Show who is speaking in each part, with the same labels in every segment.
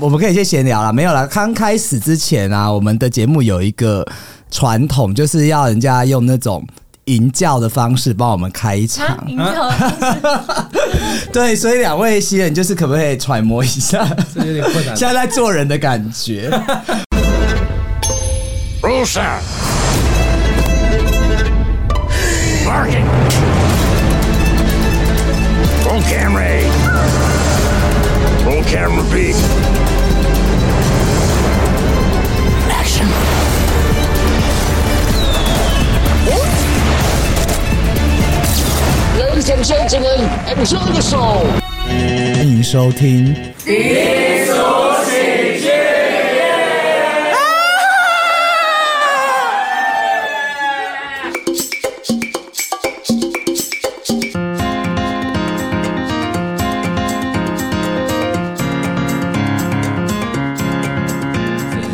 Speaker 1: 我们可以先闲聊了，没有了。刚开始之前啊，我们的节目有一个传统，就是要人家用那种吟教的方式帮我们开
Speaker 2: 啊
Speaker 1: 场。
Speaker 2: 你没有
Speaker 1: 对，所以两位新人就是可不可以揣摩一下
Speaker 3: 这有点困难。
Speaker 1: 现在在做人的感觉？
Speaker 4: Rusa! Barking! Roll camera A. Roll camera B. Action!
Speaker 5: Ladies and gentlemen, enjoy the show.
Speaker 1: 欢迎收听。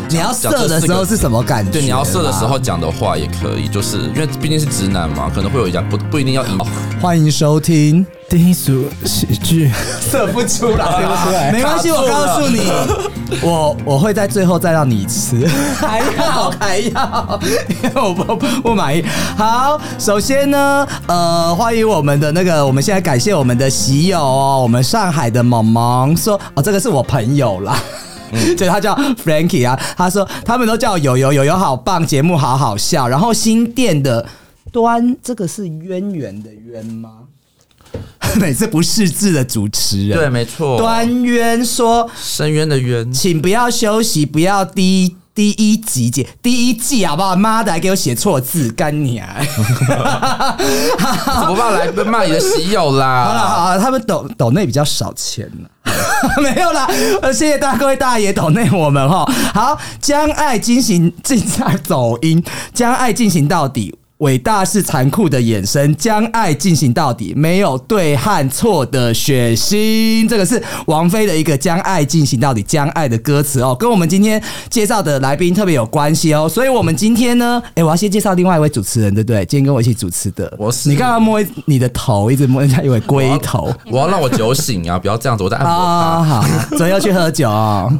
Speaker 1: 你要射的时候是什么感觉？
Speaker 6: 对，你要射的时候。讲的话也可以，就是因为毕竟是直男嘛，可能会有一点不不一定要赢。
Speaker 1: 欢迎收听，
Speaker 3: 低俗喜剧，
Speaker 1: 射不出来，射不
Speaker 3: 出来
Speaker 1: 没关系，我告诉你， 我我会在最后再让你吃，还要还要， 因为我不不满意。好，首先呢，呃，欢迎我们的那个，我们现在感谢我们的喜友哦，我们上海的萌萌说，哦，这个是我朋友啦。 所以他叫 Frankie 啊，他说他们都叫我友友友友好棒，节目好好笑。然后新店的端，这个是渊源的渊吗？每次不识字的主持人，
Speaker 6: 对，啊没错，
Speaker 1: 端渊说，
Speaker 6: 深渊的渊，
Speaker 1: 请不要休息，不要第第一集解第一季好不好？妈的，还给我写错字，干你啊！
Speaker 6: 怎么办？来骂你的喜友
Speaker 1: 好了
Speaker 6: 啦！
Speaker 1: 好了，他们抖抖内比较少钱呢。 没有啦，呃，谢谢大各位大爷抖内我们哈。好，将爱进行 进在抖音，将爱进行到底。伟大是残酷的衍生，将爱进行到底，没有对和错的血腥。这个是王菲的一个《将爱进行到底》将爱的歌词哦，跟我们今天介绍的来宾特别有关系哦。所以，我们今天呢，诶，我要先介绍另外一位主持人，对不对？今天跟我一起主持的，
Speaker 6: 我是
Speaker 1: 你刚刚摸你的头，一直摸人家以为龟头
Speaker 6: 我要让我酒醒啊！不要这样子，我在按摩
Speaker 1: 啊、
Speaker 6: 他。
Speaker 1: 好，所以要去喝酒、哦。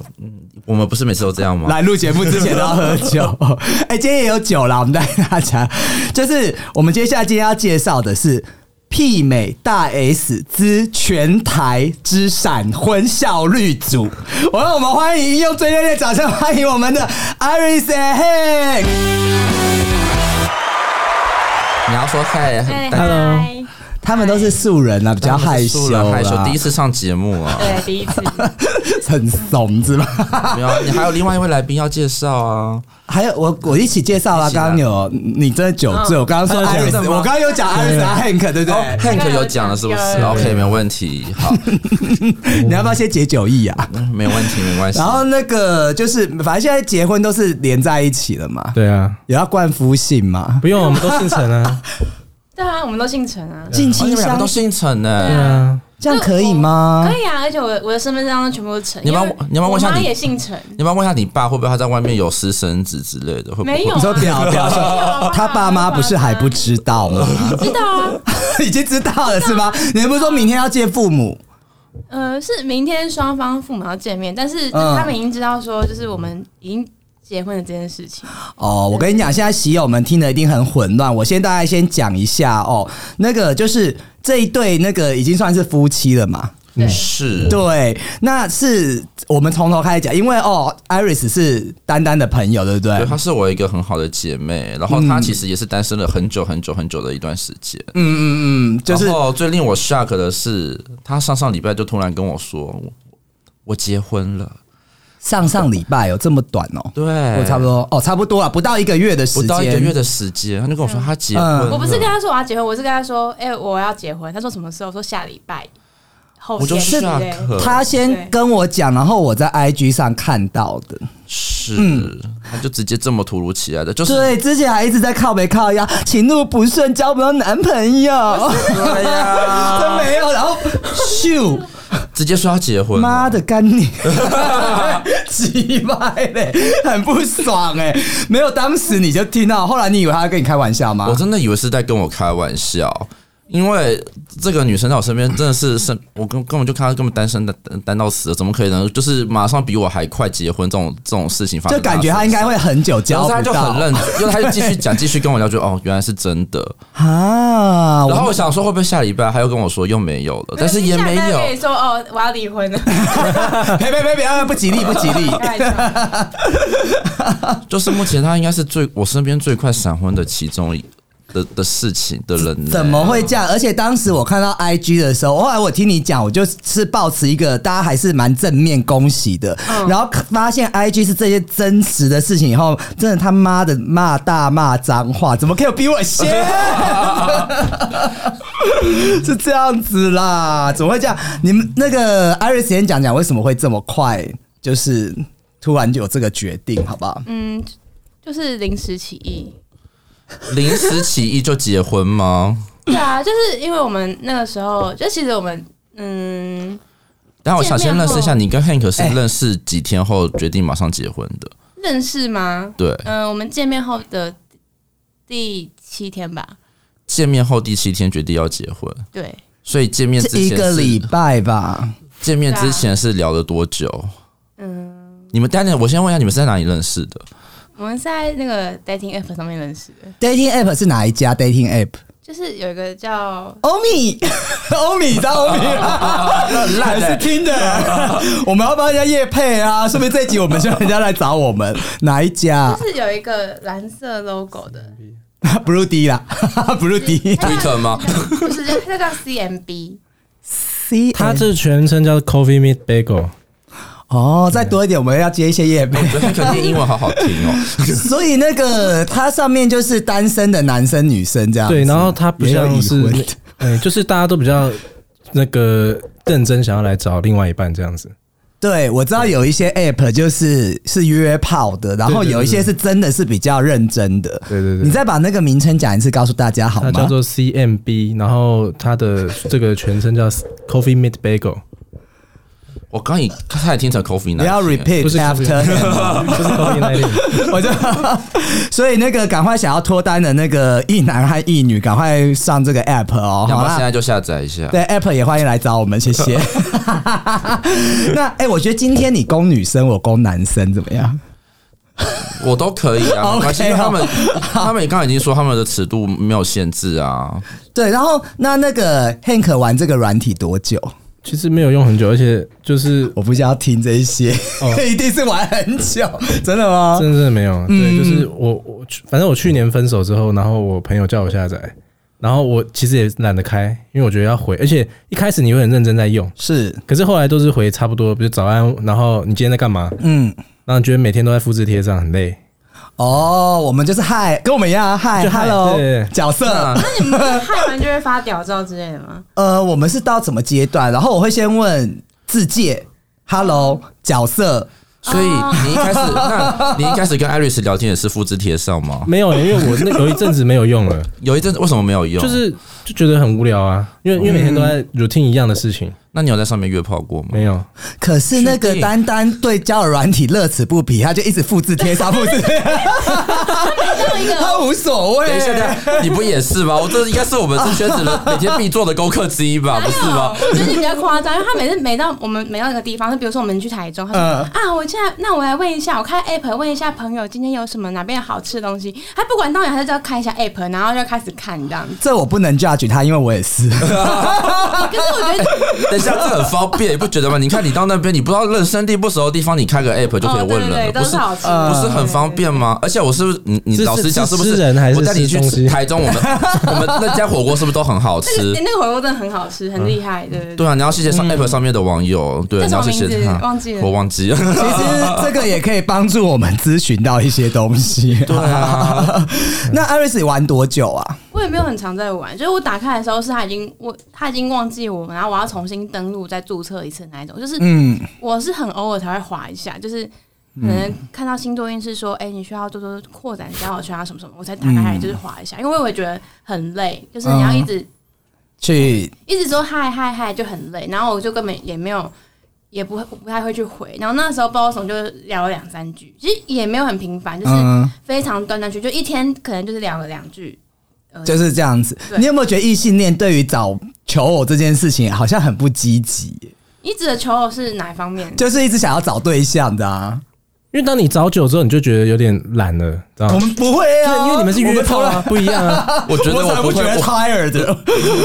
Speaker 6: 我们不是每次都这样吗？
Speaker 1: 来录节目之前都要喝酒。哎、今天也有酒啦，我们带大家，就是我们接下来今天要介绍的是。媲美大 S 之全台之闪婚效率组，我让我们欢迎用最热烈的掌声欢迎我们的 Iris and Hank。
Speaker 6: 你要说嗨
Speaker 2: 哎
Speaker 6: 但
Speaker 3: Hello
Speaker 2: 嗨
Speaker 1: 他们都是素人啦，比较害羞啦，
Speaker 6: 害羞，第一次上节目啊，
Speaker 2: 对，第一次
Speaker 1: 很怂是吧？
Speaker 6: 没有，你还有另外一位来宾要介绍啊。
Speaker 1: 还有我我一起介绍啦，啊
Speaker 6: 一起啦
Speaker 1: 刚刚有你真的酒醉，我刚刚说
Speaker 6: 啊真
Speaker 1: Iris，
Speaker 6: 的吗
Speaker 1: 我刚刚有讲 Iris 和 Hank 对不
Speaker 6: 哦
Speaker 1: 对？
Speaker 6: ，Hank 有讲了是不
Speaker 2: 有有
Speaker 6: 是
Speaker 2: 有
Speaker 6: ？OK，没问题，好，
Speaker 1: 你要不要先解酒意啊？
Speaker 6: 嗯没问题，没 关系。哦
Speaker 1: 然后那个就是，反正现在结婚都是连在一起了嘛，
Speaker 3: 对啊，
Speaker 1: 有要冠夫姓嘛，
Speaker 3: 不用，我们都姓陈 啊，
Speaker 2: 对啊，我们都姓陈啊，
Speaker 1: 近
Speaker 6: 哦你
Speaker 1: 亲
Speaker 6: 们两个
Speaker 1: 相
Speaker 6: 都姓陈呢
Speaker 3: 对。啊，
Speaker 1: 这样可以吗
Speaker 2: 可？以啊，而且我我的身份证上全部都是陈，
Speaker 6: 你要不要
Speaker 2: 因为
Speaker 6: 你要不要问一下
Speaker 2: 我妈
Speaker 6: 你
Speaker 2: 也姓陈，
Speaker 6: 你要不要问一下你爸会不会他在外面有私生子之类的？会不会
Speaker 2: 没有啊
Speaker 1: 你说表表
Speaker 2: 没有啊
Speaker 1: 兄，他爸妈不是还不知道吗？
Speaker 2: 知道啊，
Speaker 1: 已经知道了是吗？你们不是说明天要见父母？
Speaker 2: 呃，是明天双方父母要见面，但是
Speaker 6: 嗯
Speaker 2: 就是他们已经知道说，就是我们已经结婚了这件事情，
Speaker 1: 哦，我跟你讲，现在喜友们听的一定很混乱。我先大概先讲一下哦，那个就是这一对那个已经算是夫妻了嘛。
Speaker 2: 对，
Speaker 6: 嗯是，
Speaker 1: 对，那是我们从头开始讲，因为哦，Iris 是丹丹的朋友，对不对？
Speaker 6: 对，她是我一个很好的姐妹，然后她其实也是单身了很久很久很久的一段时间。
Speaker 1: 嗯嗯嗯，就是
Speaker 6: 然后最令我 shock 的是，她上上礼拜就突然跟我说，我我结婚了，
Speaker 1: 上上礼拜有这么短哦，
Speaker 6: 对，
Speaker 1: 我差不多哦，差不多啊，不到一个月的时
Speaker 6: 不
Speaker 1: 间，
Speaker 6: 到一个月的时间，她就跟我说她结婚了
Speaker 1: 嗯
Speaker 2: 我不是跟他说我要结婚，我是跟他说，哎、我要结婚，他说什么时候？我说下礼拜后
Speaker 6: 我就
Speaker 2: 天之类
Speaker 6: shock，
Speaker 1: 他先跟我讲，然后我在 IG 上看到的。
Speaker 6: 是，她就直接这么突如其来的，就是
Speaker 1: 嗯 对，之前还一直在靠北靠腰，情路不顺，交不到男朋友，
Speaker 6: 对 呀，
Speaker 1: 都没有。然后咻，
Speaker 6: 直接说要结婚了，
Speaker 1: 妈的干你， 奇怪嘞，很不爽哎、没有，当时你就听到，后来你以为他在跟你开玩笑吗
Speaker 6: 我？真的以为是在跟我开玩笑，因为这个女生在我身边真的是身，我根根本就看她根本单身的单到死了，怎么可以呢？就是马上比我还快结婚这种这种事情发生
Speaker 1: 就
Speaker 6: 在她身上，
Speaker 1: 感觉他应该会很久
Speaker 6: 然
Speaker 1: 交
Speaker 6: 后
Speaker 1: 不到。
Speaker 6: 他就很认，因为他就继续讲，继续跟我聊，就哦，原来是真的。
Speaker 1: 哦啊，我
Speaker 6: 然后我想说，会不会下礼拜他又跟我说又没有了，但是也没
Speaker 2: 下一代跟
Speaker 6: 有
Speaker 2: 你。说哦，我要离婚了，
Speaker 1: 呸呸呸呸，啊不吉利不吉利。
Speaker 2: 开玩笑
Speaker 6: 就是目前他应该是最我身边最快闪婚的其中一的的事情的人、
Speaker 1: 怎么？会这样？而且当时我看到 IG 的时候，后来我听你讲，我就是抱持一个大家还是蛮正面恭喜的，然后发现 IG 是这些真实的事情以后，真的他妈的骂大骂脏话，怎么可以比我先？是这样子啦，怎么会这样？你们那个 Iris 先讲讲为什么会这么快，就是突然就有这个决定，好不好？
Speaker 2: 嗯，就是临时起意。
Speaker 6: 临时起意就结婚吗？
Speaker 2: 对啊，就是因为我们那个时候，就其实我们嗯
Speaker 6: 但我想先认识一下，
Speaker 2: 见
Speaker 6: 你跟 Hank 是
Speaker 1: 哎
Speaker 6: 认识几天后决定马上结婚的？
Speaker 2: 认识吗？
Speaker 6: 对，
Speaker 2: 嗯、我们见面后的第七天吧，
Speaker 6: 见面后第七天决定要结婚，
Speaker 2: 对，
Speaker 6: 所以见面之
Speaker 1: 这
Speaker 6: 前
Speaker 1: 一个
Speaker 6: 是
Speaker 1: 礼拜吧。
Speaker 6: 见面之前是聊了多久？
Speaker 2: 嗯，
Speaker 6: 你们当然，我先问一下，你们是在哪里认识的？
Speaker 2: 我们是在那个 dating app 上面认识的，
Speaker 1: Dating app 是哪一家 Dating app？
Speaker 2: 就是有一个叫
Speaker 1: 欧米，欧米，你知道欧米吗？ 还是听的。我们要帮人家夜配啊，说不定这一集我们叫人家来找我们。哪一家
Speaker 2: 就是有一个蓝色 logo 的
Speaker 1: ？Blue D 啦 ，Blue D
Speaker 2: 它
Speaker 6: Twitter 吗
Speaker 2: 不是，它叫 CMB，
Speaker 1: C。
Speaker 3: 它这全称叫 Coffee Meet Bagel，
Speaker 1: 哦，再多一点，我们要接一些夜配。
Speaker 6: 我觉得 Hank 念英文好好听 哦。
Speaker 1: 所以那个它上面就是单身的男生、女生这样子。
Speaker 3: 对，然后它不
Speaker 1: 也有
Speaker 3: 像
Speaker 1: 已
Speaker 3: 是
Speaker 1: 婚
Speaker 3: 那，嗯，就是大家都比较那个认真想要来找另外一半这样子，
Speaker 1: 对，我知道有一些 app 就是是约炮的，然后
Speaker 3: 对对对
Speaker 1: 有一些是真的是比较认真的。
Speaker 3: 对对对
Speaker 1: 你再把那个名称讲一次，告诉大家好
Speaker 3: 它
Speaker 1: 吗？
Speaker 3: 叫做 CMB，然后它的这个全称叫 Coffee Meet Bagel，
Speaker 6: 我刚也差点听成 Coffee
Speaker 1: 不
Speaker 6: 呢。
Speaker 1: 要 repeat
Speaker 3: 不是
Speaker 1: after him。
Speaker 3: 就是 Coffee Meet。
Speaker 1: 我就，所以那个赶快想要脱单的那个一男和一女，赶快上这个 app 哦，
Speaker 6: 要
Speaker 1: 好
Speaker 6: 不要现
Speaker 1: 啦。
Speaker 6: 在就下载一下？
Speaker 1: 对 app 也欢迎来找我们，谢谢。那哎、我觉得今天你攻女生，我攻男生怎么样？
Speaker 6: 我都可以 啊，没关系。
Speaker 1: OK，
Speaker 6: 因为他们
Speaker 1: 好
Speaker 6: 他们也刚才已经说他们的尺度没有限制啊。
Speaker 1: 对，然后那那个 Hank 玩这个软体多久？
Speaker 3: 其实没有用很久，而且就是
Speaker 1: 我不想要听这一些，
Speaker 3: 哦
Speaker 1: 一定是玩很久，真的吗？
Speaker 3: 真的没有，
Speaker 1: 嗯
Speaker 3: 对，就是我我去反正我去年分手之后，然后我朋友叫我下载，然后我其实也懒得开，因为我觉得要回，而且一开始你会很认真在用，
Speaker 1: 是，
Speaker 3: 可是后来都是回差不多，比如早安，然后你今天在干嘛，
Speaker 1: 嗯，
Speaker 3: 然后你觉得每天都在复制贴上很累，
Speaker 1: 哦，我们就是嗨，跟我们一样啊嗨
Speaker 3: 就嗨
Speaker 1: ，hello
Speaker 3: 对
Speaker 1: 角色。
Speaker 2: 那你们看完就会发屌照之类的吗？
Speaker 1: 呃，我们是到什么阶段？然后我会先问自介，Hello，角色，
Speaker 6: 所以你一开始，那你一开始跟 Iris 聊天也是复制贴上吗？
Speaker 3: 没有、因为我那有一阵子没有 用了，
Speaker 6: 有一阵子为什么没有用？
Speaker 3: 就是就觉得很无聊啊，因为因为每天都在 routine 一样的事情，
Speaker 6: 那你有在上面约炮过吗？
Speaker 3: 没有，
Speaker 1: 可是那个
Speaker 6: 确定
Speaker 1: 丹丹对交友软体乐此不疲，他就一直复制贴上，复制贴上，他无所谓。
Speaker 6: 等一下，等一下，你不也是吗？我这应该是我们这圈子的每天必做的功课之 一吧，不是吗？
Speaker 2: 我觉得你比较夸张，因为他每次每到我们每到一个地方，就比如说我们去台中，他说、
Speaker 1: 嗯
Speaker 2: 啊，我现在那我来问一下，我开 app 问一下朋友今天有什么哪边有好吃的东西，他不管到哪，他就要看一下 app，然后就开始看这样子。
Speaker 1: 这我不能 judge 他，因为我也 是。
Speaker 6: 哦
Speaker 2: 可是我觉得
Speaker 6: 等一下，这很方便，你不觉得吗？你看你到那边，你不知道认生地不熟的地方，你开个 app 就可以问
Speaker 2: 哦对对
Speaker 6: 人了，
Speaker 2: 对
Speaker 6: 不
Speaker 2: 都是
Speaker 6: 是
Speaker 2: 好吃
Speaker 6: 不是很方便吗？而且我是不是你你
Speaker 3: 是
Speaker 6: 老实讲，
Speaker 3: 是
Speaker 6: 是不是
Speaker 3: 吃人还是
Speaker 6: 我带你去
Speaker 3: 吃东西
Speaker 6: 台中，我们 我们那家火锅是不是都很好
Speaker 2: 那个
Speaker 6: 吃
Speaker 2: 欸？那个火锅真的很好吃，很厉害，对对对。
Speaker 6: 对啊，你要谢谢上 app 上面的网友，对，
Speaker 2: 嗯叫什么
Speaker 6: 你要谢
Speaker 2: 名
Speaker 6: 谢
Speaker 2: 字
Speaker 6: 他，
Speaker 2: 忘记了
Speaker 6: 我忘记了。
Speaker 1: 其实这个也可以帮助我们咨询到一些东西。
Speaker 6: 对啊，
Speaker 1: 那艾瑞斯你玩多久啊？
Speaker 2: 我也没有很常在玩，就是我打开的时候是他已经我他已经忘记我，然后我要重新登录再注册一次那一种，就是
Speaker 1: 嗯，
Speaker 2: 我是很偶尔才会划一下，就是可能看到星座运势说，哎、你需要多多扩展交友圈啊什么什么，我才打开来
Speaker 1: 嗯
Speaker 2: 就是划一下，因为我也觉得很累，就是你要一直、
Speaker 1: 去
Speaker 2: 一直说嗨嗨嗨就很累，然后我就根本也没有。也不会不太会去回，然后那时候不知道为什么就聊了两三句，其实也没有很频繁，就是
Speaker 1: 嗯
Speaker 2: 非常断断续，就一天可能就是聊了两句，而已
Speaker 1: 就是这样子。
Speaker 2: 对
Speaker 1: 你有没有觉得异性恋对于找求偶这件事情好像很不积极，
Speaker 2: 你指的求偶是哪一方面？
Speaker 1: 就是一直想要找对象的啊？
Speaker 3: 因为当你找久之后，你就觉得有点懒了，知道
Speaker 1: 我
Speaker 3: 吗？
Speaker 1: 们不会啊，
Speaker 3: 对，因为你们是
Speaker 1: 我
Speaker 3: 约
Speaker 1: 们从
Speaker 3: 炮
Speaker 1: 来
Speaker 3: 啊，不一样啊。
Speaker 6: 我觉得
Speaker 1: 我才
Speaker 6: 我
Speaker 1: 不
Speaker 6: 不
Speaker 1: 觉
Speaker 6: 会，
Speaker 1: 得
Speaker 6: 我
Speaker 1: tired，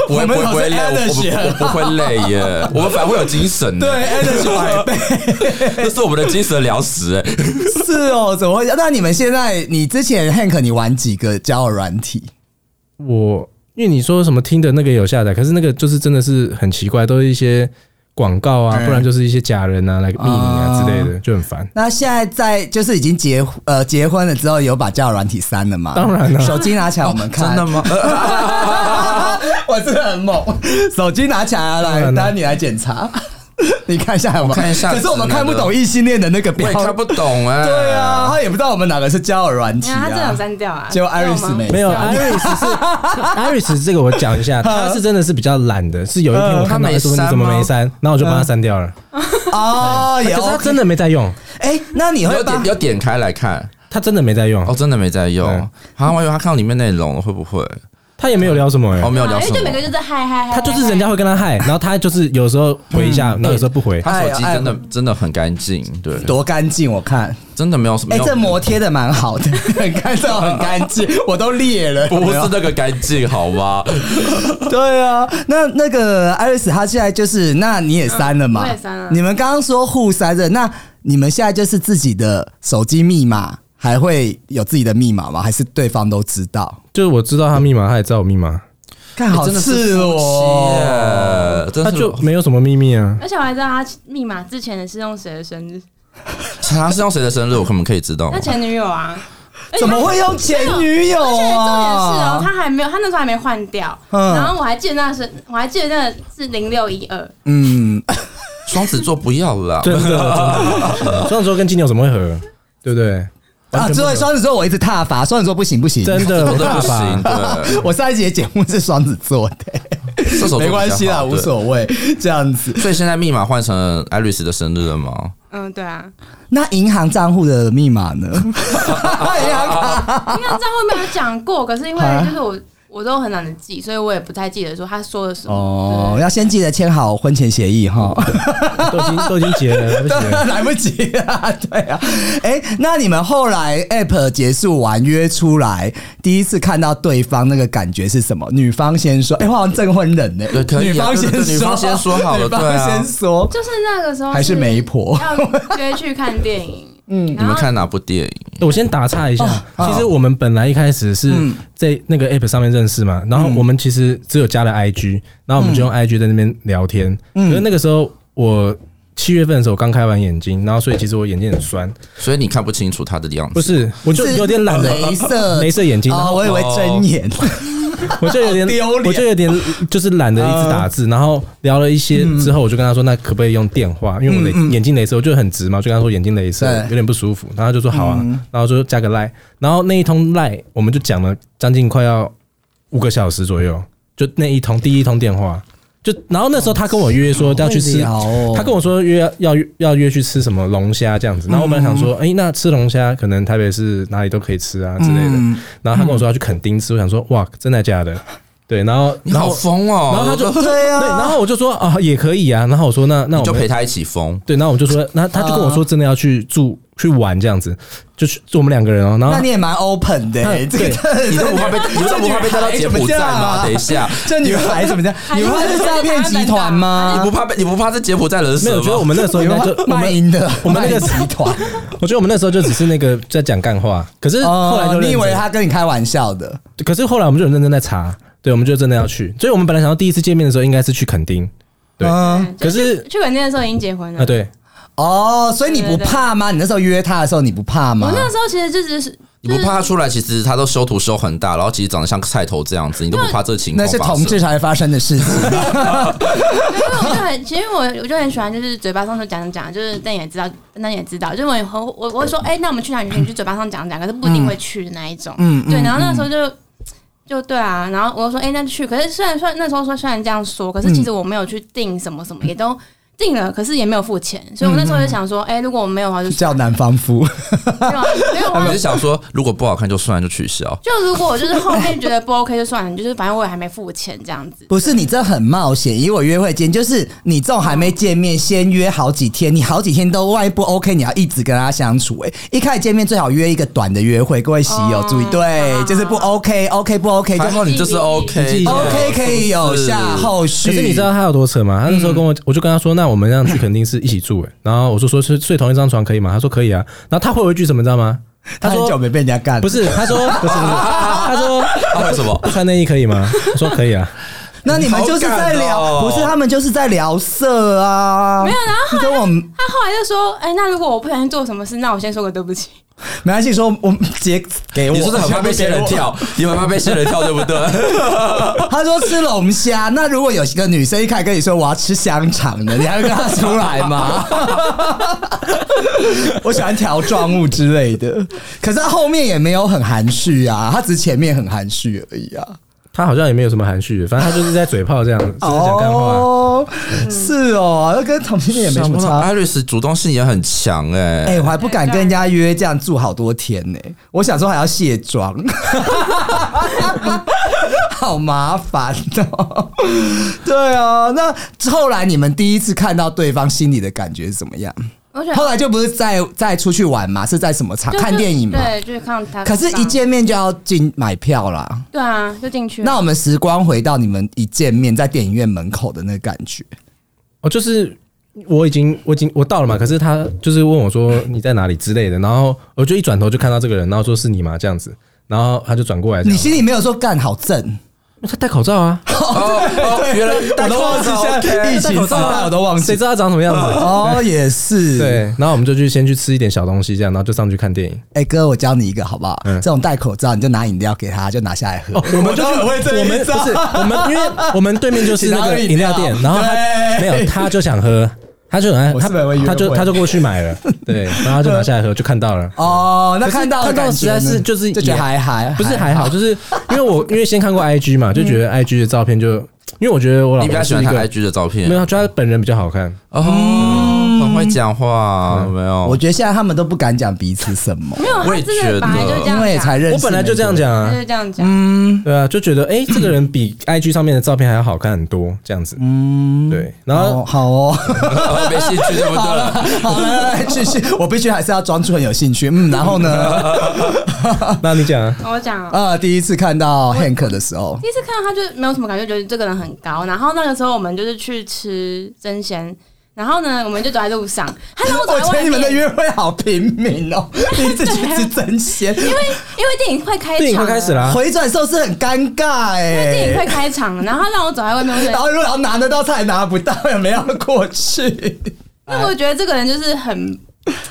Speaker 6: 不
Speaker 1: 我
Speaker 6: 会不
Speaker 1: 们
Speaker 6: 会不会累，我不我
Speaker 1: energy，啊
Speaker 6: 不会累 耶，我们反而会有精神
Speaker 1: 对
Speaker 6: 的，
Speaker 1: energy 百倍。
Speaker 6: 这是我们的精神粮食 哎。
Speaker 1: 是哦，怎么会？那你们现在，你之前 Hank 你玩几个交友软体？
Speaker 3: 我因为你说什么听的那个有下载，可是那个就是真的是很奇怪，都是一些广告啊，
Speaker 1: 对
Speaker 3: 不然就是一些假人啊来密你啊
Speaker 1: 啊
Speaker 3: 之类的，就很烦。
Speaker 1: 那现在在就是已经结婚呃结婚了之后，有把交友软体删了吗？
Speaker 3: 当然了哦
Speaker 1: 手机拿起来我们看。
Speaker 6: 真的吗？
Speaker 1: 我真的很猛，手机拿起来
Speaker 3: 当
Speaker 1: 来，
Speaker 3: 然了
Speaker 1: 当然你来检查， 你看一下有没有？
Speaker 6: 看一下
Speaker 1: 可是我们
Speaker 6: 指南
Speaker 1: 看不
Speaker 6: 的
Speaker 1: 懂异性恋的那个
Speaker 6: 我
Speaker 1: 表
Speaker 6: 也，看不懂哎。
Speaker 1: 对啊，，他也不知道我们哪个是交友软体
Speaker 2: 没有，他真的
Speaker 1: 啊
Speaker 2: 有。删掉啊。
Speaker 1: 结果
Speaker 2: 这样吗
Speaker 1: Iris 没
Speaker 3: 没有
Speaker 6: 哎
Speaker 2: 这样
Speaker 3: Iris 是 Iris 这个我讲一下，他是真的是比较懒的，是有一 天我看到
Speaker 6: 他没
Speaker 3: 他说你
Speaker 6: 删
Speaker 3: 怎么
Speaker 6: 吗嗯
Speaker 3: 没删，然后我就帮他删掉了。
Speaker 1: 哦，
Speaker 3: 可
Speaker 1: 也
Speaker 3: 是他
Speaker 1: OK
Speaker 3: 真的没在用，
Speaker 1: 哎，那你
Speaker 6: 你
Speaker 1: 会
Speaker 6: 要
Speaker 1: 把
Speaker 6: 点要点开来看
Speaker 3: 他真的没在用
Speaker 6: 哦，，真的没在用
Speaker 3: 对。
Speaker 6: 好像我以为他看到里面内容了，会不会？
Speaker 3: 他也没有聊什么哎
Speaker 6: 哦，。没有聊
Speaker 2: 因
Speaker 6: 什
Speaker 2: 为就每个
Speaker 6: 么。
Speaker 2: 就是嗨嗨嗨，
Speaker 3: 他就是人家
Speaker 2: 嗨。
Speaker 3: 会跟他嗨，然后他就是有时候回一
Speaker 6: 嗯
Speaker 3: 下，然后有时候不回。
Speaker 6: 他手机
Speaker 1: 哎呦
Speaker 6: 真的真的很干净，对，
Speaker 1: 多干净？我看，
Speaker 6: 真的没有什么。
Speaker 1: 哎，
Speaker 6: 没有
Speaker 1: 这膜贴的蛮好的，很干燥，很干净，我都裂了。
Speaker 6: 不是那个干净好吗？
Speaker 1: 对啊，那那个艾瑞斯他现在就是，那你也删了嘛？
Speaker 2: 嗯我也删了
Speaker 1: 你们刚刚说互删的，那你们现在就是自己的手机密码还会有自己的密码吗？还是对方都知道？
Speaker 3: 就是我知道他密码，他也知道我密码，
Speaker 1: 看 好
Speaker 6: 真的
Speaker 1: 赤
Speaker 6: 是夫妻
Speaker 1: 裸，
Speaker 6: 耶，真
Speaker 3: 他
Speaker 6: 的
Speaker 3: 就是没有什么秘密啊。
Speaker 2: 而且我还知道他密码之前是用谁的生日，
Speaker 6: 他是用谁的生日？我可不可以知道吗
Speaker 2: 他？前女友啊。
Speaker 1: 哎怎么会用前女友
Speaker 2: 而且重点是哦，
Speaker 1: 啊？
Speaker 2: 他还没有，他那时候还没换掉。
Speaker 1: 嗯
Speaker 2: 然后我还记得那是，我还记得那是零六一二，
Speaker 1: 嗯，
Speaker 6: 双子座不要啦，
Speaker 3: 真的，真的，双子座跟金牛怎么会合？对不对？
Speaker 1: 啊，
Speaker 2: 哦
Speaker 1: 所以双子座我一直踏伐，双子座不行不行。
Speaker 3: 真 的，
Speaker 6: 真
Speaker 3: 我
Speaker 6: 的
Speaker 3: 大
Speaker 6: 不行，
Speaker 3: 法。
Speaker 6: 对，
Speaker 1: 我上一集的节目是双子座的、
Speaker 6: 射手座比
Speaker 1: 没
Speaker 6: 较好
Speaker 1: 关系啦，
Speaker 6: 对
Speaker 1: 无所谓，这样子。
Speaker 6: 所以现在密码换成艾瑞斯的生日了吗？
Speaker 2: 嗯，对啊，
Speaker 1: 那银行账户的密码 呢？银行卡
Speaker 2: 因为这样后面有讲过，可是因
Speaker 1: 啊
Speaker 2: 为就是我我都很懒得记，所以我也不太记得说他说的什么。
Speaker 1: 哦，要先记得签好婚前协议哈，
Speaker 3: 都已经都已经结了，来不及了。
Speaker 1: 来不及啊，对啊，哎、那你们后来 app 结束完约出来，第一次看到对方那个感觉是什么？女方先说，哎、我好像证婚人呢、
Speaker 6: 对可以
Speaker 1: 女
Speaker 6: 啊
Speaker 1: 方先
Speaker 6: 对
Speaker 1: 说，
Speaker 6: 对对女方先说好了
Speaker 1: 女方
Speaker 6: 对啊
Speaker 1: 先说，
Speaker 2: 就是那个时候
Speaker 1: 还是媒婆
Speaker 2: 要约去看电 影，嗯，
Speaker 6: 你们看哪部电影？
Speaker 3: 我先打岔一下，
Speaker 1: 哦嗯
Speaker 3: 其实我们本来一开始是在那个 app 上面认识嘛，然后我们其实只有加了 IG，然后我
Speaker 1: 嗯
Speaker 3: 们就用 IG 在那边聊天。可是那个时候我七月份的时候刚开完眼睛，然后所以其实我眼睛很酸，
Speaker 6: 所以你看不清楚他的样子，
Speaker 3: 不是，我就是有点懒得
Speaker 1: 镭射
Speaker 3: 镭射眼睛，然
Speaker 1: 哦，
Speaker 3: 后
Speaker 1: 我以为睁眼，
Speaker 3: 我就有
Speaker 1: 好
Speaker 3: 点
Speaker 1: 丢脸
Speaker 3: 我就有点就是懒得一直打字，然后聊了一些之后，我就跟他说，那可不可以用电话？因为我的眼睛镭射，我就很直嘛，我就跟他说眼睛镭
Speaker 1: 嗯
Speaker 3: 射
Speaker 1: 对嗯
Speaker 3: 有点不舒服，然后他就说好啊，然后就加个 line，然后那一通 line 我们就讲了将近快要五个小时左右，就那一通第一通电话。就然后那时候他跟我约说 要
Speaker 1: 会
Speaker 3: 去吃，
Speaker 1: 聊哦
Speaker 3: 他跟我说约要要要约去吃什么龙虾这样子，然
Speaker 1: 嗯
Speaker 3: 后我本来想说，哎，那吃龙虾可能台北市哪里都可以吃啊之类的，
Speaker 1: 嗯
Speaker 3: 然后他跟我说要去垦丁吃，我想说哇，真的假 的？对，然后
Speaker 6: 你
Speaker 3: 然
Speaker 6: 好
Speaker 3: 后
Speaker 6: 疯哦，
Speaker 3: 然后他就
Speaker 1: 对啊
Speaker 3: 对，然后我就说啊也可以啊，然后我说那
Speaker 6: 你
Speaker 3: 那我
Speaker 6: 就
Speaker 3: 们
Speaker 6: 陪他一起 疯。
Speaker 3: 对，然后我就说
Speaker 1: 啊
Speaker 3: 那他就跟我说真的要去住去玩这样子，就去就我们两个人哦，然
Speaker 1: 那
Speaker 3: 后
Speaker 1: 你也蛮 open 的、欸，
Speaker 3: 嗯
Speaker 1: 这个
Speaker 3: 对
Speaker 6: 你都不怕被，你都不怕被带
Speaker 3: 哎
Speaker 6: 到柬埔寨
Speaker 3: 啊
Speaker 6: 吗？等一下，
Speaker 1: 这女孩怎么 这样？你们是诈骗集团
Speaker 6: 你
Speaker 1: 吗？
Speaker 6: 不怕被，你不怕在柬埔寨人死吗？
Speaker 3: 没有，我觉得我们那时
Speaker 1: 你
Speaker 3: 候应该
Speaker 1: 们
Speaker 3: 就我
Speaker 1: 卖
Speaker 3: 们
Speaker 1: 淫 的，
Speaker 3: 我们那个
Speaker 1: 卖淫集团。
Speaker 3: 我觉得我们那时候就只是那个在讲干话，可是后来
Speaker 1: 哦，
Speaker 3: 就认
Speaker 1: 你以
Speaker 3: 真
Speaker 1: 为他跟你开玩笑的？
Speaker 3: 可是后来我们就很认真在查，对，我们就真的要去，所以我们本来想要第一次见面的时候应该是去垦丁，对，
Speaker 1: 嗯，
Speaker 2: 就
Speaker 3: 可是
Speaker 2: 去垦丁的时候已经结婚了
Speaker 3: 啊，对，
Speaker 1: 哦，所以你不怕吗？你那时候约他的时候你不怕吗
Speaker 2: 我？那时候其实就只是
Speaker 6: 你不怕他出来，其实他都修图修很大，然后其实长得像菜头这样子，你
Speaker 3: 啊
Speaker 6: 都不怕这个情
Speaker 1: 那
Speaker 6: 况
Speaker 1: 是
Speaker 6: 发
Speaker 1: 同
Speaker 6: 生？
Speaker 1: 志才会发生的 事情。
Speaker 2: 因为我就很，其实我我就很喜欢，就是嘴巴上就讲讲，就是但也知道，但也知道，就是我我我我会说，哎、那我们去哪里去？你就嘴巴上讲讲，可是不一定会去的那一种。
Speaker 1: 嗯嗯
Speaker 2: 对。然后那时候就就对啊，
Speaker 1: 嗯
Speaker 2: 然后我就说，哎、那就去。可是虽然说那时候说虽然这样说，可是其实我没有去定什么什么，也都订了，可是也没有付钱，所以我那
Speaker 1: 嗯
Speaker 2: 时候就想说，哎，如果我没有 的话，就
Speaker 7: 叫南方夫，
Speaker 2: 没有啊没有啊
Speaker 6: 我是。想说，如果不好看就算了，就取消。
Speaker 2: 就如果我就是后面觉得不 OK 就算了，就是反正我也还没付钱这样子。
Speaker 1: 不是你这很冒险，以我约会经验，就是你这种还没见面，先约好几天，你好几天都万一不 OK，你要一直跟他相处、欸。一开始见面最好约一个短的约会，各位喜友
Speaker 2: 哦
Speaker 1: 注意，对
Speaker 2: 好，
Speaker 1: 就是不 OK，OK、不
Speaker 3: 哎
Speaker 1: OK 就
Speaker 6: 还好你这是 OK 的
Speaker 1: OK 可以有下后续。
Speaker 3: 可是你知道他有多扯吗？他那时候跟我，
Speaker 1: 嗯
Speaker 3: 我就跟他说，那我们这样去肯定是一起住、欸，然后我就说是睡同一张床可以吗？他说可以啊。然后他回我一句什么，你知道吗？
Speaker 1: 他
Speaker 3: 他
Speaker 1: 很
Speaker 3: 说
Speaker 1: 久没被人家干，
Speaker 3: 不是，他 说不是不是，他说
Speaker 6: 他啊为什么？
Speaker 3: 不穿内衣可以吗？我说可以啊。
Speaker 1: 那你们就是在聊，
Speaker 6: 好感哦
Speaker 1: 不是他们就是在聊色啊。
Speaker 2: 没有然后
Speaker 1: 你跟我们
Speaker 2: 他后来就说，哎，那如果我不小心做什么事，那我先说个对不起。
Speaker 1: 没关系，说我们姐给我，
Speaker 6: 你是不是很怕被仙人跳？你很怕被仙人跳，对不对？
Speaker 1: 他说吃龙虾， 那如果有一个女生一开始跟你说我要吃香肠的，你还会跟她出来吗？ 我喜欢条状物之类的，可是他后面也没有很含蓄啊，他只是前面很含蓄而已啊。
Speaker 3: 他好像也没有什么含蓄，反正他就是在嘴炮这样，只是讲干话。
Speaker 1: 哦，是哦，那跟同性恋也没什么差。
Speaker 6: 艾瑞斯主动性也很强哎、
Speaker 1: 哎、我还不敢跟人家约这样住好多天呢、我想说还要卸妆， 好麻烦哦。对啊，那后来你们第一次看到对方心里的感觉是怎么样？
Speaker 2: 我觉得
Speaker 1: 后来就不是在在出去玩嘛，是在什么场
Speaker 2: 就
Speaker 1: 看电影嘛？
Speaker 2: 对，就是看他。
Speaker 1: 可是，一见面就要进买票啦。
Speaker 2: 对啊，就进去了。
Speaker 1: 那我们时光回到你们一见面在电影院门口的那个感觉，
Speaker 3: 哦，就是我已经我已经我到了嘛，可是他就是问我说你在哪里之类的，然后 我就一转头就看到这个人，然后说是你吗？这样子，然后他就转过来这
Speaker 1: 你
Speaker 3: 样，
Speaker 1: 心里没有说干好正，
Speaker 3: 他戴口罩啊，
Speaker 6: 哦哦，原来
Speaker 1: 我都忘记现在疫情时
Speaker 6: 啊
Speaker 1: 代，我都忘记
Speaker 3: 啊谁知啊道他长什么样子？
Speaker 1: 哦，也是
Speaker 3: 对，然后我们就去先去吃一点小东西，这样，然后就上去看电影。
Speaker 1: 哎、哥，我教你一个好不好？
Speaker 3: 嗯
Speaker 1: 这种戴口罩，你就拿饮料给他，就拿下来喝。
Speaker 3: 哦，我们就去，我们不是我们，因为我们对面就是那个饮料店，然 后他没有，他就想喝，他就很爱，
Speaker 1: 我
Speaker 3: 他
Speaker 1: 是不是以为约会
Speaker 3: 他就他就过去买了，对，然后他就拿下来喝，就看到了。
Speaker 1: 哦，那
Speaker 3: 可是
Speaker 1: 看到的
Speaker 3: 看到
Speaker 1: 感觉
Speaker 3: 实
Speaker 1: 呢
Speaker 3: 在是就是
Speaker 1: 就觉得
Speaker 3: 也
Speaker 1: 还还
Speaker 3: 不是
Speaker 1: 还嗯
Speaker 3: 还好，就是因为我因为先看过 IG 嘛，就觉得 IG 的照片就，因为我觉得我老
Speaker 6: 你比较
Speaker 3: 婆
Speaker 6: 喜
Speaker 3: 是
Speaker 6: 欢
Speaker 3: 一
Speaker 6: 他
Speaker 3: 个
Speaker 6: IG 的照片
Speaker 3: 没有，觉得他本人比较好看。
Speaker 6: 哦，很会讲话，没有，
Speaker 1: 嗯哦 我觉得现在他们都不敢讲彼此什么，
Speaker 2: 没有，
Speaker 6: 我也
Speaker 2: 他真的本来就这
Speaker 1: 因
Speaker 2: 样
Speaker 1: 为也
Speaker 2: 讲
Speaker 1: 才，嗯认识。
Speaker 3: 啊我本来就这样，讲
Speaker 2: 他
Speaker 3: 啊，
Speaker 2: 就这样讲。
Speaker 3: 对啊，就觉得哎，这个人比 IG 上面的照片还要好看很多，这样子。嗯，对，然后
Speaker 1: 哦，好哦，
Speaker 6: 得没兴趣，对不对？
Speaker 1: 好了，来继续，我必须还是要装出很有兴趣。嗯，然后 呢，
Speaker 3: 那你讲啊，
Speaker 2: 我讲哦，
Speaker 1: 呃，第一次看到 Hank 的时候，
Speaker 2: 第一次看到他就没有什么感觉，觉得这个人很高。然后那个时候我们就是去吃真鲜，然后呢，我们就走在路上，他让我走
Speaker 1: 我
Speaker 2: 在
Speaker 1: 觉得
Speaker 2: 外
Speaker 1: 你
Speaker 2: 面
Speaker 1: 们，的约会好平民哦，第一次去吃真鲜，因为
Speaker 2: 因为电影快开场，
Speaker 3: 电影快开始了，啊。
Speaker 1: 回转的时候是很尴尬
Speaker 2: 电影快
Speaker 1: 哎。
Speaker 2: 开场了，然后他让我走在外面，我觉
Speaker 1: 然
Speaker 2: 得，
Speaker 1: 后如果要拿得到菜拿不到，也没要过 去。
Speaker 2: 那我觉得这个人就是很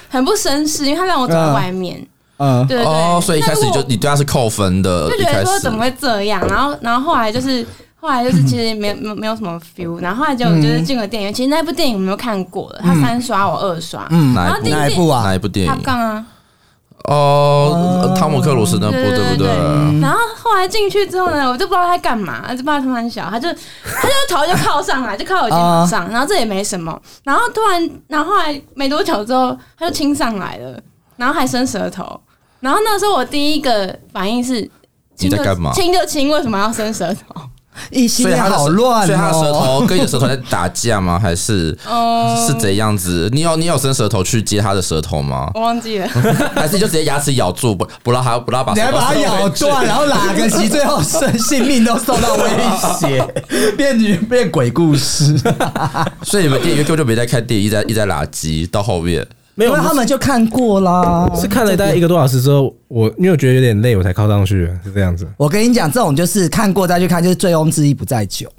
Speaker 2: 很不绅士，因为他让我走在外面，
Speaker 1: 嗯，
Speaker 2: 对对对，
Speaker 6: 哦，所以一开始
Speaker 2: 那如
Speaker 6: 就
Speaker 2: 果
Speaker 6: 你对他是扣分的，
Speaker 2: 就
Speaker 6: 一
Speaker 2: 觉
Speaker 6: 开
Speaker 2: 得说
Speaker 6: 始
Speaker 2: 怎么会这样，然后然后后来就是后来就是其实没有没有没有什么 feel，然后后来
Speaker 6: 嗯
Speaker 2: 就就是进了电影院，其实那部电影我没有看过了，他三刷我二刷，然
Speaker 6: 嗯哪
Speaker 2: 后
Speaker 6: 一
Speaker 2: 第
Speaker 6: 部
Speaker 2: 一
Speaker 1: 哪一部啊
Speaker 6: 哪一部电
Speaker 2: 他不
Speaker 6: 影？
Speaker 2: 杠啊，
Speaker 6: 哦，汤姆克鲁斯那部，对不对？
Speaker 1: 嗯
Speaker 2: 然后后来进去之后呢，我就不知道他干嘛，就不知道他很小，他就他就头就靠上来，就靠我肩膀
Speaker 6: 啊
Speaker 2: 上，然后这也没什么，然后突然，然后后来没多久之后，他就亲上来了，然后还伸舌头，然后那时候我第一个反应是。
Speaker 6: 你
Speaker 2: 亲
Speaker 6: 在
Speaker 2: 就
Speaker 6: 干嘛
Speaker 2: 亲就亲，为什么要伸舌头？
Speaker 1: 异性
Speaker 6: 所以
Speaker 1: 恋
Speaker 6: 他的
Speaker 1: 好乱哦，
Speaker 6: 所以他的舌头跟你的舌头在打架吗？还是
Speaker 2: 嗯
Speaker 6: 是怎样子？你有你有伸舌头去接他的舌头吗？
Speaker 2: 我忘记了，
Speaker 6: 还是就直接牙齿咬住，不不让他不让他把
Speaker 1: 你
Speaker 6: 舌
Speaker 1: 还
Speaker 6: 头
Speaker 1: 把它咬断，然后哪个其最后生性命都受到威胁， 变女变鬼故事，
Speaker 6: 所以你们电影院根本就没在看电影，一直在一直在拉鸡到后面。
Speaker 3: 没
Speaker 1: 因
Speaker 3: 有，
Speaker 1: 为他们就看过啦。
Speaker 3: 是看了大概一个多小时之后，我因为我觉得有点累，我才靠上去的，是这样子。
Speaker 1: 我跟你讲，这种就是看过再去看，就是醉翁之意不在酒。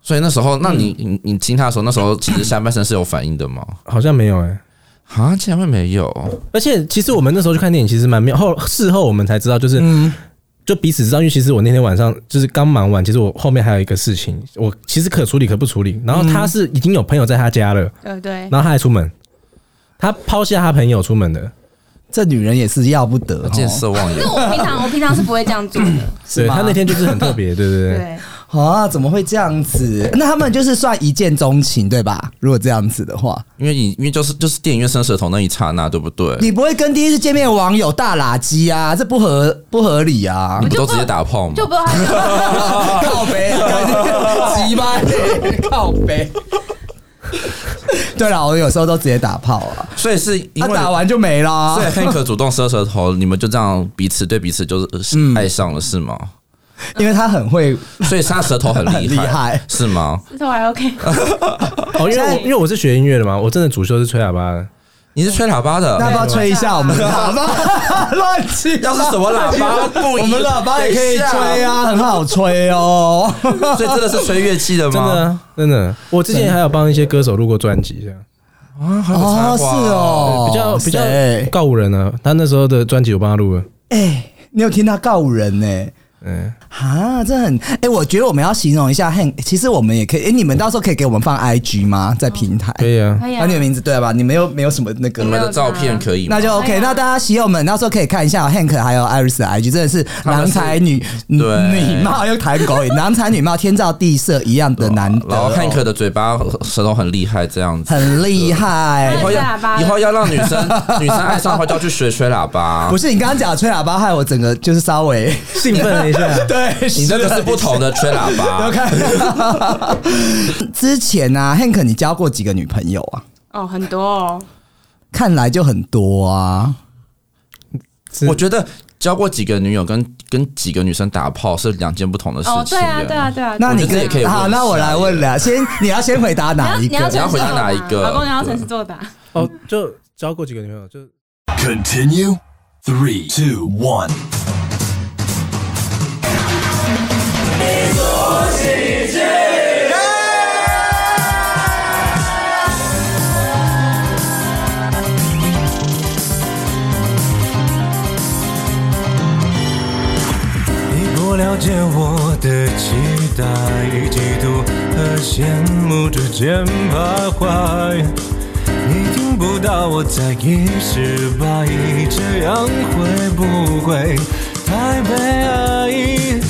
Speaker 6: 所以那时候，那你你你亲他的时候，那时候其实下半身是有反应的吗？
Speaker 3: 好像没有哎、
Speaker 6: 啊，竟然会没有，
Speaker 3: 而且其实我们那时候去看电影，其实蛮妙。后事后我们才知道，就是、就彼此知道，因为其实我那天晚上就是刚忙完，其实我后面还有一个事情，我其实可处理可不处理。然后他是已经有朋友在他家了，
Speaker 2: 对不对？
Speaker 3: 然后他还出门，他抛下他朋友出门的，
Speaker 1: 这女人也是要不得
Speaker 6: 见
Speaker 1: 哦。
Speaker 6: 色忘友
Speaker 2: 因为。我平常我平常是不会这样做的，
Speaker 3: 对
Speaker 1: 吗
Speaker 3: 他那天就是很特别，对对对。
Speaker 2: 对，
Speaker 1: 啊，怎么会这样子？那他们就是算一见钟情对吧？如果这样子的话，
Speaker 6: 因为你因为就是就是电影院伸舌头那一刹那，对不对？
Speaker 1: 你不会跟第一次见面的网友大垃圾啊，这不合不合理啊
Speaker 6: 你！不
Speaker 2: 就
Speaker 6: 都
Speaker 2: 不
Speaker 6: 直接打炮吗？
Speaker 2: 就不知道他 是
Speaker 1: 靠背， 鸡巴嘞，靠背。对了，我有时候都直接打炮啊，
Speaker 6: 所以是因
Speaker 1: 他、
Speaker 6: 为
Speaker 1: 打完就没了啊
Speaker 6: 所以。Hank 主动伸舌头，你们就这样彼此对彼此就是呃爱上了，是吗？
Speaker 1: 因为他很会，
Speaker 6: 所以他舌头很
Speaker 1: 很
Speaker 6: 厉
Speaker 1: 厉
Speaker 6: 害，
Speaker 1: 害
Speaker 6: 是吗？
Speaker 2: 都还 OK，
Speaker 3: 哦，因为我
Speaker 2: 现在
Speaker 3: 因为我是学音乐的嘛，我真的主修是吹喇叭的。
Speaker 6: 你是吹喇叭的，
Speaker 1: 那要不要吹一下我们的喇叭？ 乱七八
Speaker 6: 要
Speaker 1: 糟
Speaker 6: 是什么喇叭不一，
Speaker 1: 我们喇叭也可以吹啊，很好吹 哦。
Speaker 6: 等一下，所以真的是吹乐器的
Speaker 3: 真的
Speaker 6: 吗？
Speaker 3: 啊，真的。我之前还有帮一些歌手录过专辑，这样
Speaker 6: 啊，好有才华
Speaker 1: 是，哦，
Speaker 3: 比较比较
Speaker 1: 谁
Speaker 3: 告五人啊。他那时候的专辑我帮他录了，
Speaker 1: 哎、你有听他告五人呢、
Speaker 3: 嗯，
Speaker 1: 啊，这很哎、我觉得我们要形容一下 Hank，其实我们也可以，哎、你们到时候可以给我们放 IG 吗？在平台，
Speaker 3: 可以啊
Speaker 2: 可。以
Speaker 1: 把、
Speaker 2: 啊
Speaker 1: 你。的名字对吧？你们又没有什么那个
Speaker 6: 你们的照片可以吗？
Speaker 1: 那就
Speaker 2: 哎
Speaker 1: OK，
Speaker 2: 呀
Speaker 1: 那大家喜友们到时候可以看一下 Hank 还有 Iris 的 IG，真的是郎才女女
Speaker 6: 对
Speaker 1: 女貌又谈狗瘾，郎才女貌天造地设一样的难得
Speaker 6: 然后
Speaker 1: 哦，
Speaker 6: Hank 的嘴巴舌头很厉害，这样子。
Speaker 1: 很厉害
Speaker 6: 以。后
Speaker 2: 吹喇叭
Speaker 6: 要以后要让女生 女生爱上的话，就要去学吹喇叭
Speaker 1: 不。是你刚刚讲吹喇叭，害我整个就是稍微
Speaker 3: 兴奋了一下，
Speaker 1: 对，
Speaker 6: 你那个是不同的吹喇
Speaker 1: 要
Speaker 6: 叭，
Speaker 1: 看。之前啊，Hank，你交过几个女朋友啊？
Speaker 2: 哦，很多哦，
Speaker 1: 看来就很多啊。
Speaker 6: 我觉得交过几个女友跟跟几个女生打炮是两件不同的事情。
Speaker 2: 哦，对啊，对啊，。对啊。
Speaker 1: 那你
Speaker 6: 我觉得
Speaker 1: 跟
Speaker 6: 也可以问
Speaker 1: 好，那我来问了，先你要先回答
Speaker 2: 你
Speaker 1: 哪
Speaker 2: 要
Speaker 1: 一
Speaker 2: 你要
Speaker 1: 个？
Speaker 6: 你要回答哪一个
Speaker 2: 老公，你要诚实作答。
Speaker 3: 哦，就交过几个女朋友，就
Speaker 8: Continue. Three, two, one. 你不了解我的期待、嫉妒和羡慕之间徘徊。你听不到我在一失败，这样会不会太悲哀？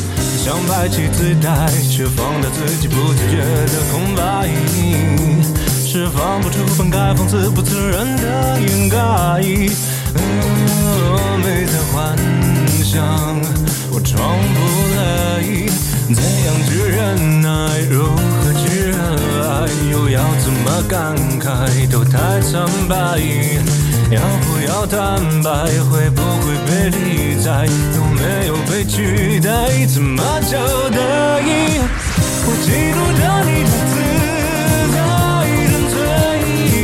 Speaker 8: 想摆起姿态，却放大自己不自觉的空白，释放不出本该放肆不自然的掩盖。嗯，我没在幻想，我装不来，怎样去忍耐？如何去热爱？又要怎么感慨？都太苍白。要不要坦白？会不会被理睬？有没有被取代？怎么交代？我嫉妒着你的自在，沉醉，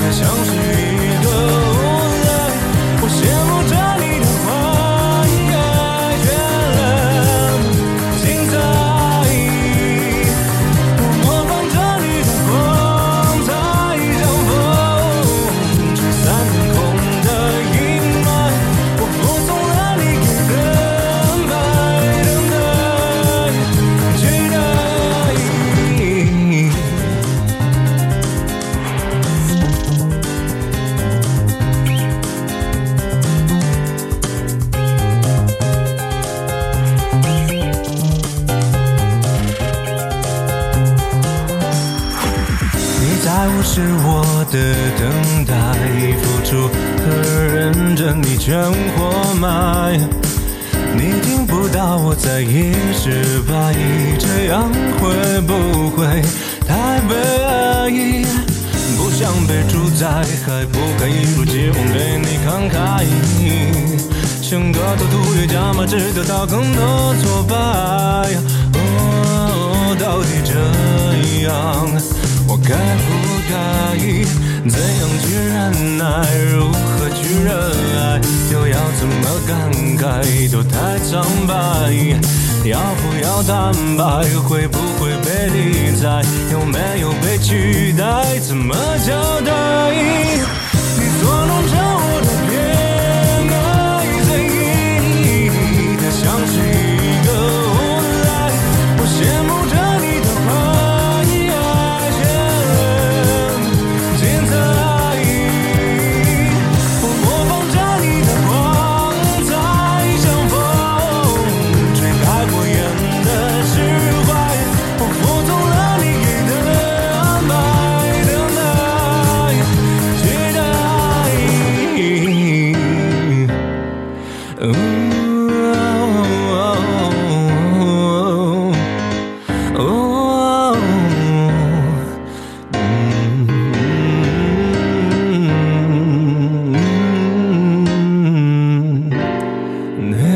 Speaker 8: 它像是一个无赖。我羡慕着你的花开绚烂精彩。我模仿着你的光彩，像风吹散空的阴霾。我服从了你给的安排，等待，期待。你在无视我的等待，付出和认真你全活埋。你听不到我在意失败，这样会不会太悲哀？不想被主宰，还不该一如既往对你慷慨。像个赌徒越加码，只得到更多挫败。哦，到底这样，我该不该？怎样去忍耐？如何去热爱？又要怎么感慨？都太苍白。要不要坦白？会不会被理睬？有没有被取代？怎么交代？你捉弄着我的偏爱，随意的像是一个无赖。我羡慕着你的花艺爱绚烂精彩。我模仿着你的光彩，像风吹开火焰的释怀。嗯哦哦嗯 내